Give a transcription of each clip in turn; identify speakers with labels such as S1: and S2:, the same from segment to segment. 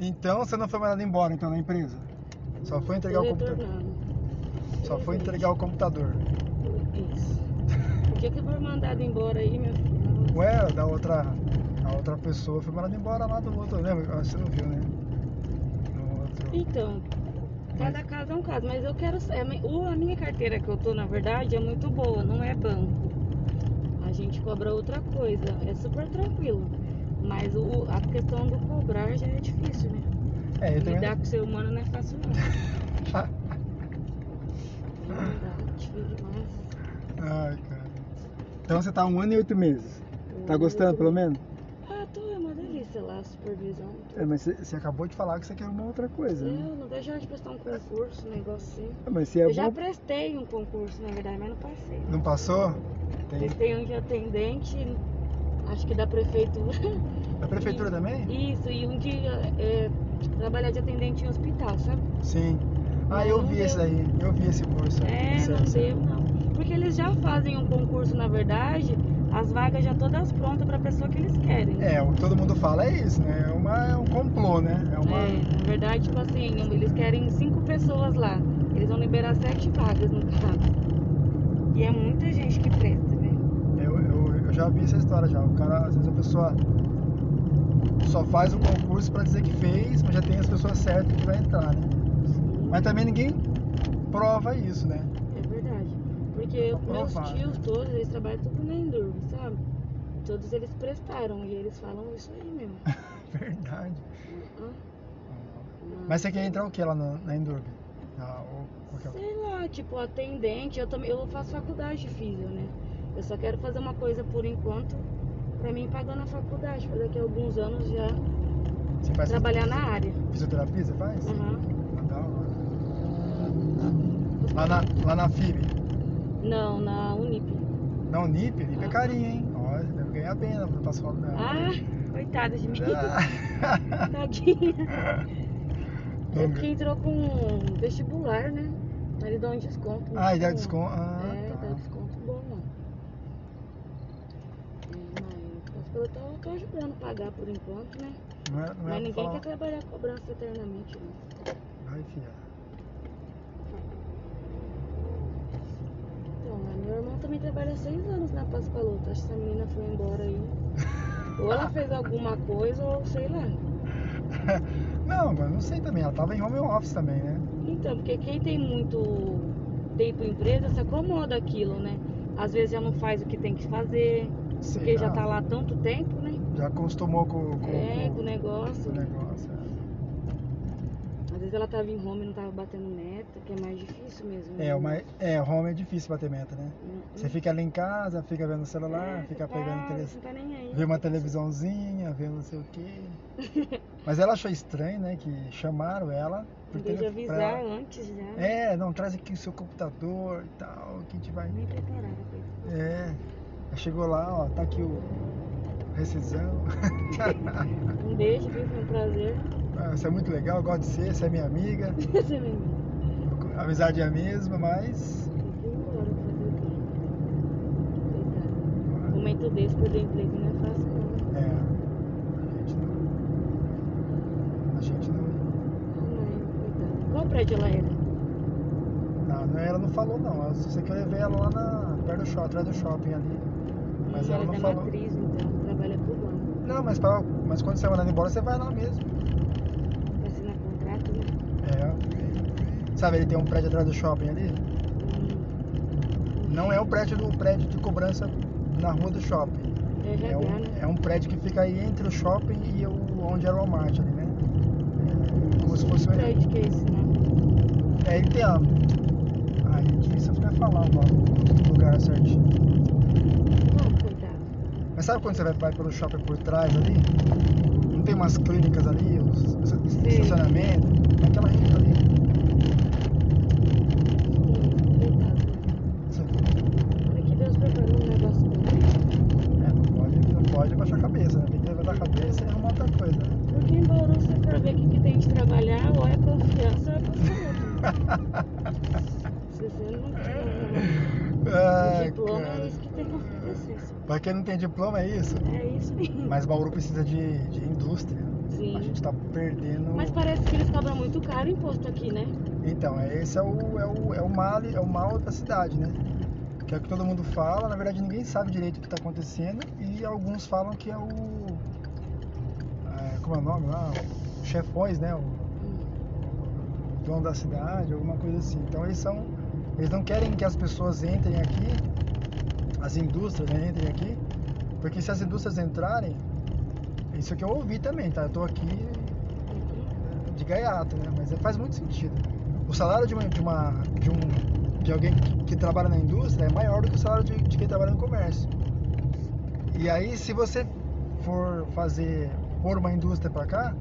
S1: Então você não foi mandado embora então na empresa? Só foi entregar o computador. Só foi entregar o computador.
S2: Isso. Por que que foi mandado embora aí, meu filho? Nossa.
S1: Ué, da outra. A outra pessoa foi mandada embora lá do outro, lembra? Ah, Você não viu, né? No outro.
S2: Então, cada caso é um caso, mas eu quero. sa- é, mas o- A minha carteira que eu tô, na verdade, é muito boa, não é banco. A gente cobra outra coisa, é super tranquilo. Mas o- a questão do cobrar já é difícil, né?
S1: É, eu também.
S2: Lidar com o ser humano não é fácil, não. Verdade, difícil demais.
S1: Ai, cara. Então você tá um ano e oito meses. Tá
S2: Eu-
S1: gostando pelo menos?
S2: Ah, tô, é uma delícia lá, a supervisão.
S1: É, mas você- você acabou de falar que você quer uma outra coisa.
S2: Eu
S1: né?
S2: não deixa de prestar um concurso, um negócio assim.
S1: Ah, Mas se é
S2: Eu já
S1: bom.
S2: prestei um concurso, na verdade, mas não passei.
S1: Não passou? Tem.
S2: Prestei um de atendente, acho que da prefeitura.
S1: A prefeitura também?
S2: Isso, e um de é, trabalhar de atendente em hospital, sabe?
S1: Sim. Ah, eu
S2: Não
S1: vi
S2: deu.
S1: esse aí. Eu vi esse curso.
S2: É,
S1: Esse-
S2: não
S1: esse-
S2: deu, não. Porque eles já fazem um concurso, na verdade, as vagas já todas prontas pra pessoa que eles querem. né?
S1: É, o que todo mundo fala é isso, né? É, uma, é um complô, né? É uma.
S2: É, na verdade, tipo assim, eles querem cinco pessoas lá. Eles vão liberar sete vagas no caso. E é muita gente que presta, né?
S1: Eu, eu, eu já vi essa história já. O cara, às vezes a pessoa só faz um concurso pra dizer que fez, mas já tem as pessoas certas que vai entrar, né? Mas também ninguém prova isso, né?
S2: É verdade. Porque eu- meus
S1: Aprovado.
S2: tios todos, eles trabalham tudo na Endurbe, sabe? Todos eles prestaram e eles falam isso aí mesmo.
S1: Verdade.
S2: Hã?
S1: Mas você quer entrar o que lá na, na Endurbe? Na- ou é qualquer
S2: Sei lá, tipo, atendente, eu também eu faço faculdade de físio, né? Eu só quero fazer uma coisa por enquanto, pra mim pagando a faculdade, pra daqui a alguns anos já
S1: Você faz
S2: trabalhar
S1: fisi-
S2: na área.
S1: Fisioterapia, você faz?
S2: Aham.
S1: Ah, da hora. Lá na, lá na FIB,
S2: Não, na Unip.
S1: na Unip, Unip é
S2: Aham.
S1: carinha, hein? Olha, deve ganhar bem na passou da.
S2: Ah, coitada de mim.
S1: Ah.
S2: Tadinha. É porque entrou com vestibular, né? Aí Ele dá um desconto. muito
S1: Ah, e dá
S2: bom.
S1: desconto. Ah,
S2: é,
S1: tá.
S2: dá desconto bom, mano. É, mas eu tô, eu tô ajudando a pagar por enquanto, né?
S1: Não é, não é
S2: Mas
S1: pra
S2: ninguém
S1: falar.
S2: quer trabalhar cobrança eternamente, né?
S1: Ai, filha.
S2: Então, mas meu irmão também trabalha seis anos na Paspalota. Acho que essa menina foi embora aí. Ou ela fez alguma coisa, ou sei lá.
S1: Não, mas não sei também. Ela tava em home office também, né?
S2: Então, porque quem tem muito tempo em empresa se acomoda aquilo, né? Às vezes já não faz o que tem que fazer,
S1: Sei
S2: porque já
S1: lá.
S2: tá lá há tanto tempo, né?
S1: Já acostumou com, com,
S2: É, com o
S1: com, com
S2: negócio.
S1: o negócio. é.
S2: Às vezes ela tava em home e não tava batendo meta, que é mais difícil mesmo.
S1: É, mas é, home é difícil bater meta, né? Você fica ali em casa, fica vendo o
S2: É,
S1: celular, fica pegando
S2: tele...
S1: televisão.
S2: Não tá nem aí.
S1: Vê uma televisãozinha, vê não sei o quê. Mas ela achou estranho, né? Que chamaram ela.
S2: Em vez de
S1: telefone pra
S2: avisar
S1: ela.
S2: antes já. né?
S1: É, não, traz aqui o seu computador e tal, que a gente vai.
S2: Nem preparada pra isso.
S1: É. Aí Chegou lá, ó, tá aqui o rescisão.
S2: Um beijo, viu? Foi um prazer.
S1: Ah, Você é muito legal, eu gosto de ser, você é minha amiga.
S2: Você me embora
S1: A amizade é a mesma, mas.
S2: fazer o quê? Coitada. Momento desse, perder emprego não é fácil, não.
S1: É. A gente não. A gente não.
S2: Qual prédio ela é? era?
S1: Ah, não, ela não falou não. Eu só sei que eu levei ela lá na, perto do shopping, atrás do shopping ali. Mas
S2: Hum,
S1: ela
S2: é
S1: não
S2: da
S1: falou.
S2: matriz, então, trabalha por banco.
S1: Não, mas, pra- mas quando você é mandado embora, você vai lá mesmo.
S2: Assina tá contrato, né?
S1: É. Sabe, ele tem um prédio atrás do shopping ali?
S2: Hum,
S1: Não é o prédio do prédio de cobrança na rua do shopping. É
S2: É RH, né?
S1: um, é um prédio que fica aí entre o shopping e o, onde era o Walmart ali, né? É, como se fosse um.
S2: Que prédio que é esse, né?
S1: É, ele tem a. Ai, é difícil até falar o nome do lugar certinho.
S2: Bom, coitado.
S1: Mas sabe quando você vai, vai pelo shopping por trás ali? Não tem umas clínicas ali, os os- os
S2: Sim.
S1: estacionamento? É aquela região ali.
S2: Hum, Coitado.
S1: Você-
S2: Olha que Deus preparou um negócio dele.
S1: É, não pode, não pode abaixar a cabeça, né? Tem que levantar a cabeça e arrumar outra coisa. né?
S2: Porque em Bauru, se você for ver o que, que tem de trabalhar, ou é confiança ou é confiança. Se você não né? tiver um
S1: Ai,
S2: diploma,
S1: cara.
S2: é isso que tem que oferecer. só.
S1: Pra quem não tem diploma, é isso.
S2: É isso mesmo.
S1: Mas Bauru precisa de, de indústria.
S2: Sim.
S1: A gente tá perdendo.
S2: Mas parece que eles cobram muito caro o imposto aqui, né?
S1: Então, é- esse é o, é, o, é, o mal, é o mal da cidade, né? Que é o que todo mundo fala, na verdade ninguém sabe direito o que tá acontecendo e alguns falam que é o. é, como é o nome lá? O chefões, né? O, o dono da cidade, alguma coisa assim. Então eles são. Eles não querem que as pessoas entrem aqui, as indústrias né, entrem aqui, porque se as indústrias entrarem, isso é que eu ouvi também, tá? Eu tô aqui de gaiato, né? Mas é- faz muito sentido. O salário de uma, de uma de um de alguém que, que trabalha na indústria é maior do que o salário de, de quem trabalha no comércio. E aí, se você for fazer pôr uma indústria para cá,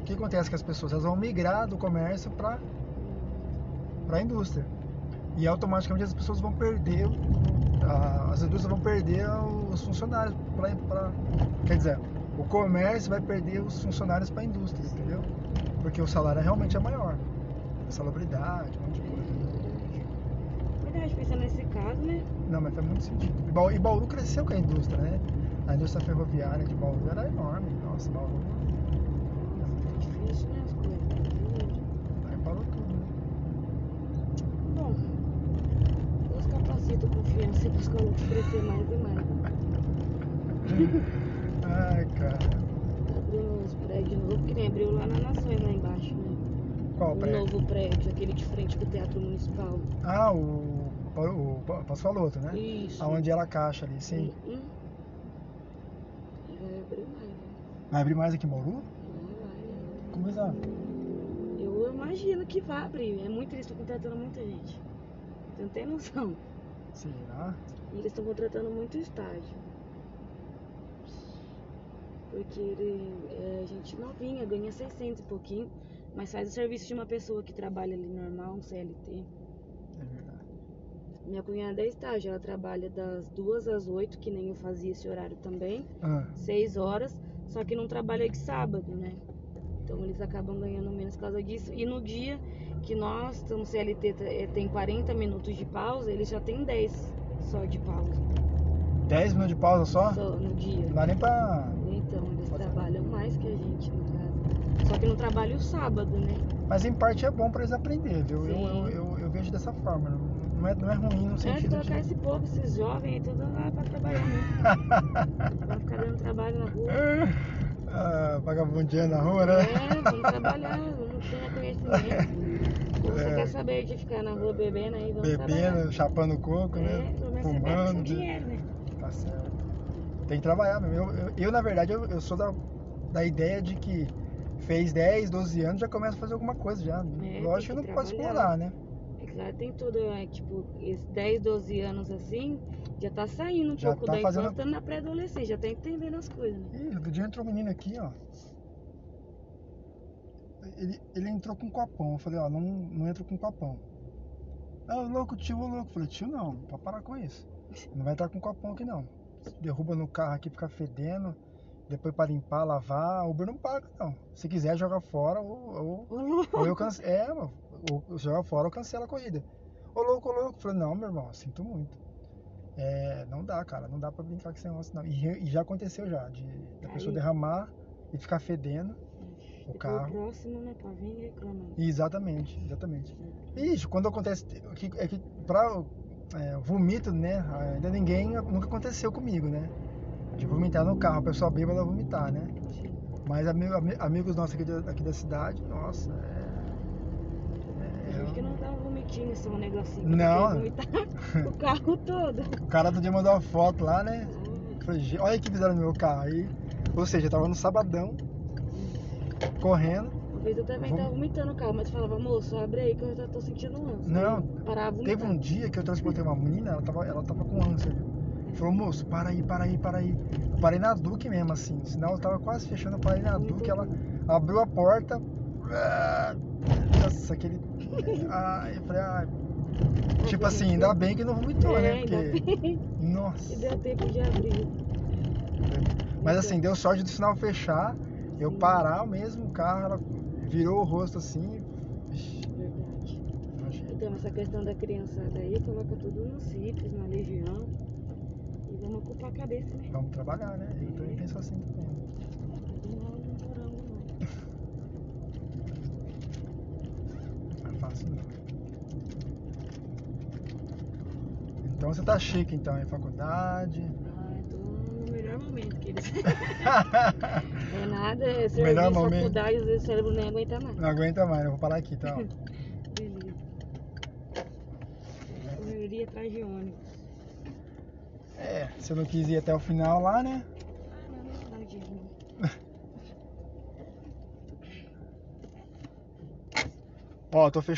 S1: o que acontece com as pessoas? Elas vão migrar do comércio para para a indústria. E automaticamente as pessoas vão perder a- as indústrias vão perder os funcionários para quer dizer, o comércio vai perder os funcionários para a indústria, entendeu? Porque o salário realmente é maior. Salubridade, um monte de coisa.
S2: Verdade, pensando nesse caso, né?
S1: Não, mas faz muito sentido. E Bauru, e Bauru cresceu com a indústria, né? A indústria ferroviária de Bauru era enorme. Nossa, Bauru
S2: Tá difícil, né? As coisas.
S1: aí parou tudo, né?
S2: Bom, os capacitam confiança pros colonos crescer mais e mais.
S1: Ai, cara.
S2: Tá abrindo uns prédios novos, que nem abriu lá na Nações, lá embaixo, né?
S1: Qual o
S2: um
S1: prédio?
S2: novo prédio, aquele de frente do Teatro Municipal.
S1: Ah, o, o, o Passo Faloto, né?
S2: Isso.
S1: Aonde era a caixa ali, sim.
S2: Uhum. Vai abrir mais, né?
S1: Vai abrir mais aqui em Bauru?
S2: Vai, vai, né?
S1: Como é que tá?
S2: Eu imagino que vai abrir. É muito, eles estão contratando muita gente. Você não tem noção.
S1: Será?
S2: E eles estão contratando muito estágio. Porque ele, é gente novinha, ganha 600 e pouquinho, mas faz o serviço de uma pessoa que trabalha ali normal, um CLT.
S1: É verdade.
S2: Minha cunhada é estágio, ela trabalha das duas às 8, que nem eu fazia esse horário também,
S1: Ah,
S2: 6 horas, só que não trabalha de sábado, né? Então eles acabam ganhando menos por causa disso. E no dia que nós estamos CLT eh, tem 40 minutos de pausa, eles já tem 10 só de pausa.
S1: 10 minutos de pausa só?
S2: Só no dia.
S1: Não dá nem pra.
S2: Então, eles
S1: Pode falar.
S2: trabalham mais que a gente, no caso. Só que não trabalha o sábado, né?
S1: Mas em parte é bom pra eles aprenderem, viu? Eu,
S2: Sim.
S1: eu, eu, eu vejo dessa forma. Não é, não é ruim no
S2: Antes de
S1: sentido de.
S2: colocar esse povo, esses jovens aí, tudo lá pra trabalhar, né? Pra ficar dando trabalho na rua.
S1: Ah, vagabundeando na rua, né?
S2: É, vamos trabalhar, vamos ter conhecimento. Ou Você
S1: É.
S2: quer saber de ficar na rua bebendo aí, vamos trabalhar.
S1: Bebendo, chapando coco,
S2: Tá É,
S1: né?
S2: pelo menos você pega seu
S1: Fumando.
S2: dinheiro, né?
S1: Tá certo. Tem que trabalhar mesmo. Eu, eu, eu, na verdade, eu, eu sou da, da ideia de que fez 10, 12 anos já começa a fazer alguma coisa já.
S2: É, tem
S1: Lógico
S2: que
S1: que não pode
S2: trabalhar.
S1: explorar, né?
S2: É que lá tem tudo, é, tipo, esses 10, 12 anos assim, já tá saindo um
S1: Já
S2: pouco
S1: tá
S2: da
S1: fazendo-
S2: infância, tá na pré-adolescência, já tá entendendo as coisas, né?
S1: Ih, outro dia entrou um menino aqui, ó. Ele, ele entrou com um copão. Eu falei, ó, não, não entra com copão. Ah, ô louco, tio, ô louco. Eu falei, tio, não, pra parar com isso. Não vai entrar com copão aqui, não. Derruba no carro aqui, fica fedendo. Depois pra limpar, lavar, Uber não paga, não. Se quiser, joga fora ou- ou
S2: Ô, louco!
S1: Ou eu cancelo. É, mano. Ou ou joga fora ou cancela a corrida. Ô louco, ô louco. Falei, não, meu irmão, sinto muito. É, não dá, cara. Não dá pra brincar com esse negócio, não. E, re- e já aconteceu já, de da
S2: Aí.
S1: pessoa derramar e ficar fedendo o
S2: Depois
S1: carro.
S2: próximo, né? Pra vir reclamando.
S1: E Exatamente, exatamente. Ixi, quando acontece. é que- É que pra. É, vomito, né? Ainda ninguém. Nunca aconteceu comigo, né? De vomitar no carro, a pessoa bêbada vomitar, né? Mas ami- ami- amigos nossos aqui, da- aqui da cidade, nossa, é.
S2: Tem
S1: é-
S2: gente que não dá um vomitinho, só um negocinho.
S1: Não.
S2: Tem que vomitar o carro todo.
S1: O cara outro dia mandou uma foto lá, né? Falei, "Ge- olha o que fizeram no meu carro aí. Ou seja, eu tava no sabadão, correndo.
S2: Uma vez eu também tava vomitando o carro, mas falava, moço, abre aí que eu já tô sentindo um lance.
S1: Não,
S2: Parava vomitar.
S1: Teve um dia que eu transportei uma menina, ela tava, ela tava com ânsia. viu? Falou, moço, para aí, para aí, para aí. Eu parei na Duque mesmo, assim. O sinal tava quase fechando, eu parei na Duque, ela abriu a porta. Ah, Nossa, aquele. Ai, eu falei, ai. Tipo assim, ainda bem que não vomitou,
S2: É,
S1: né?
S2: ainda
S1: Porque.
S2: bem que
S1: Nossa.
S2: deu tempo de abrir.
S1: Mas assim, deu sorte do sinal fechar, eu
S2: Sim.
S1: parar mesmo, o carro, ela virou o rosto assim. Ixi,
S2: Verdade.
S1: não achei.
S2: Então, essa questão da criançada aí, coloca tudo no CIPS, na Legião. E Vamos ocupar a cabeça, né?
S1: Vamos trabalhar, né? Eu também penso assim também.
S2: Não é um morango, não.
S1: Não é fácil não. Então você tá chique então, em faculdade.
S2: Ah, tô no melhor momento que eles. é nada, é serviço,
S1: Melhor momento.
S2: faculdade, às vezes o cérebro nem aguenta mais.
S1: Não aguenta mais, eu vou parar aqui, tá? ó.
S2: Beleza. Correria atrás de ônibus.
S1: É, você não quis ir até o final lá, né?
S2: Ah, não, não dá dinheiro, não.
S1: Ó, tô fechando.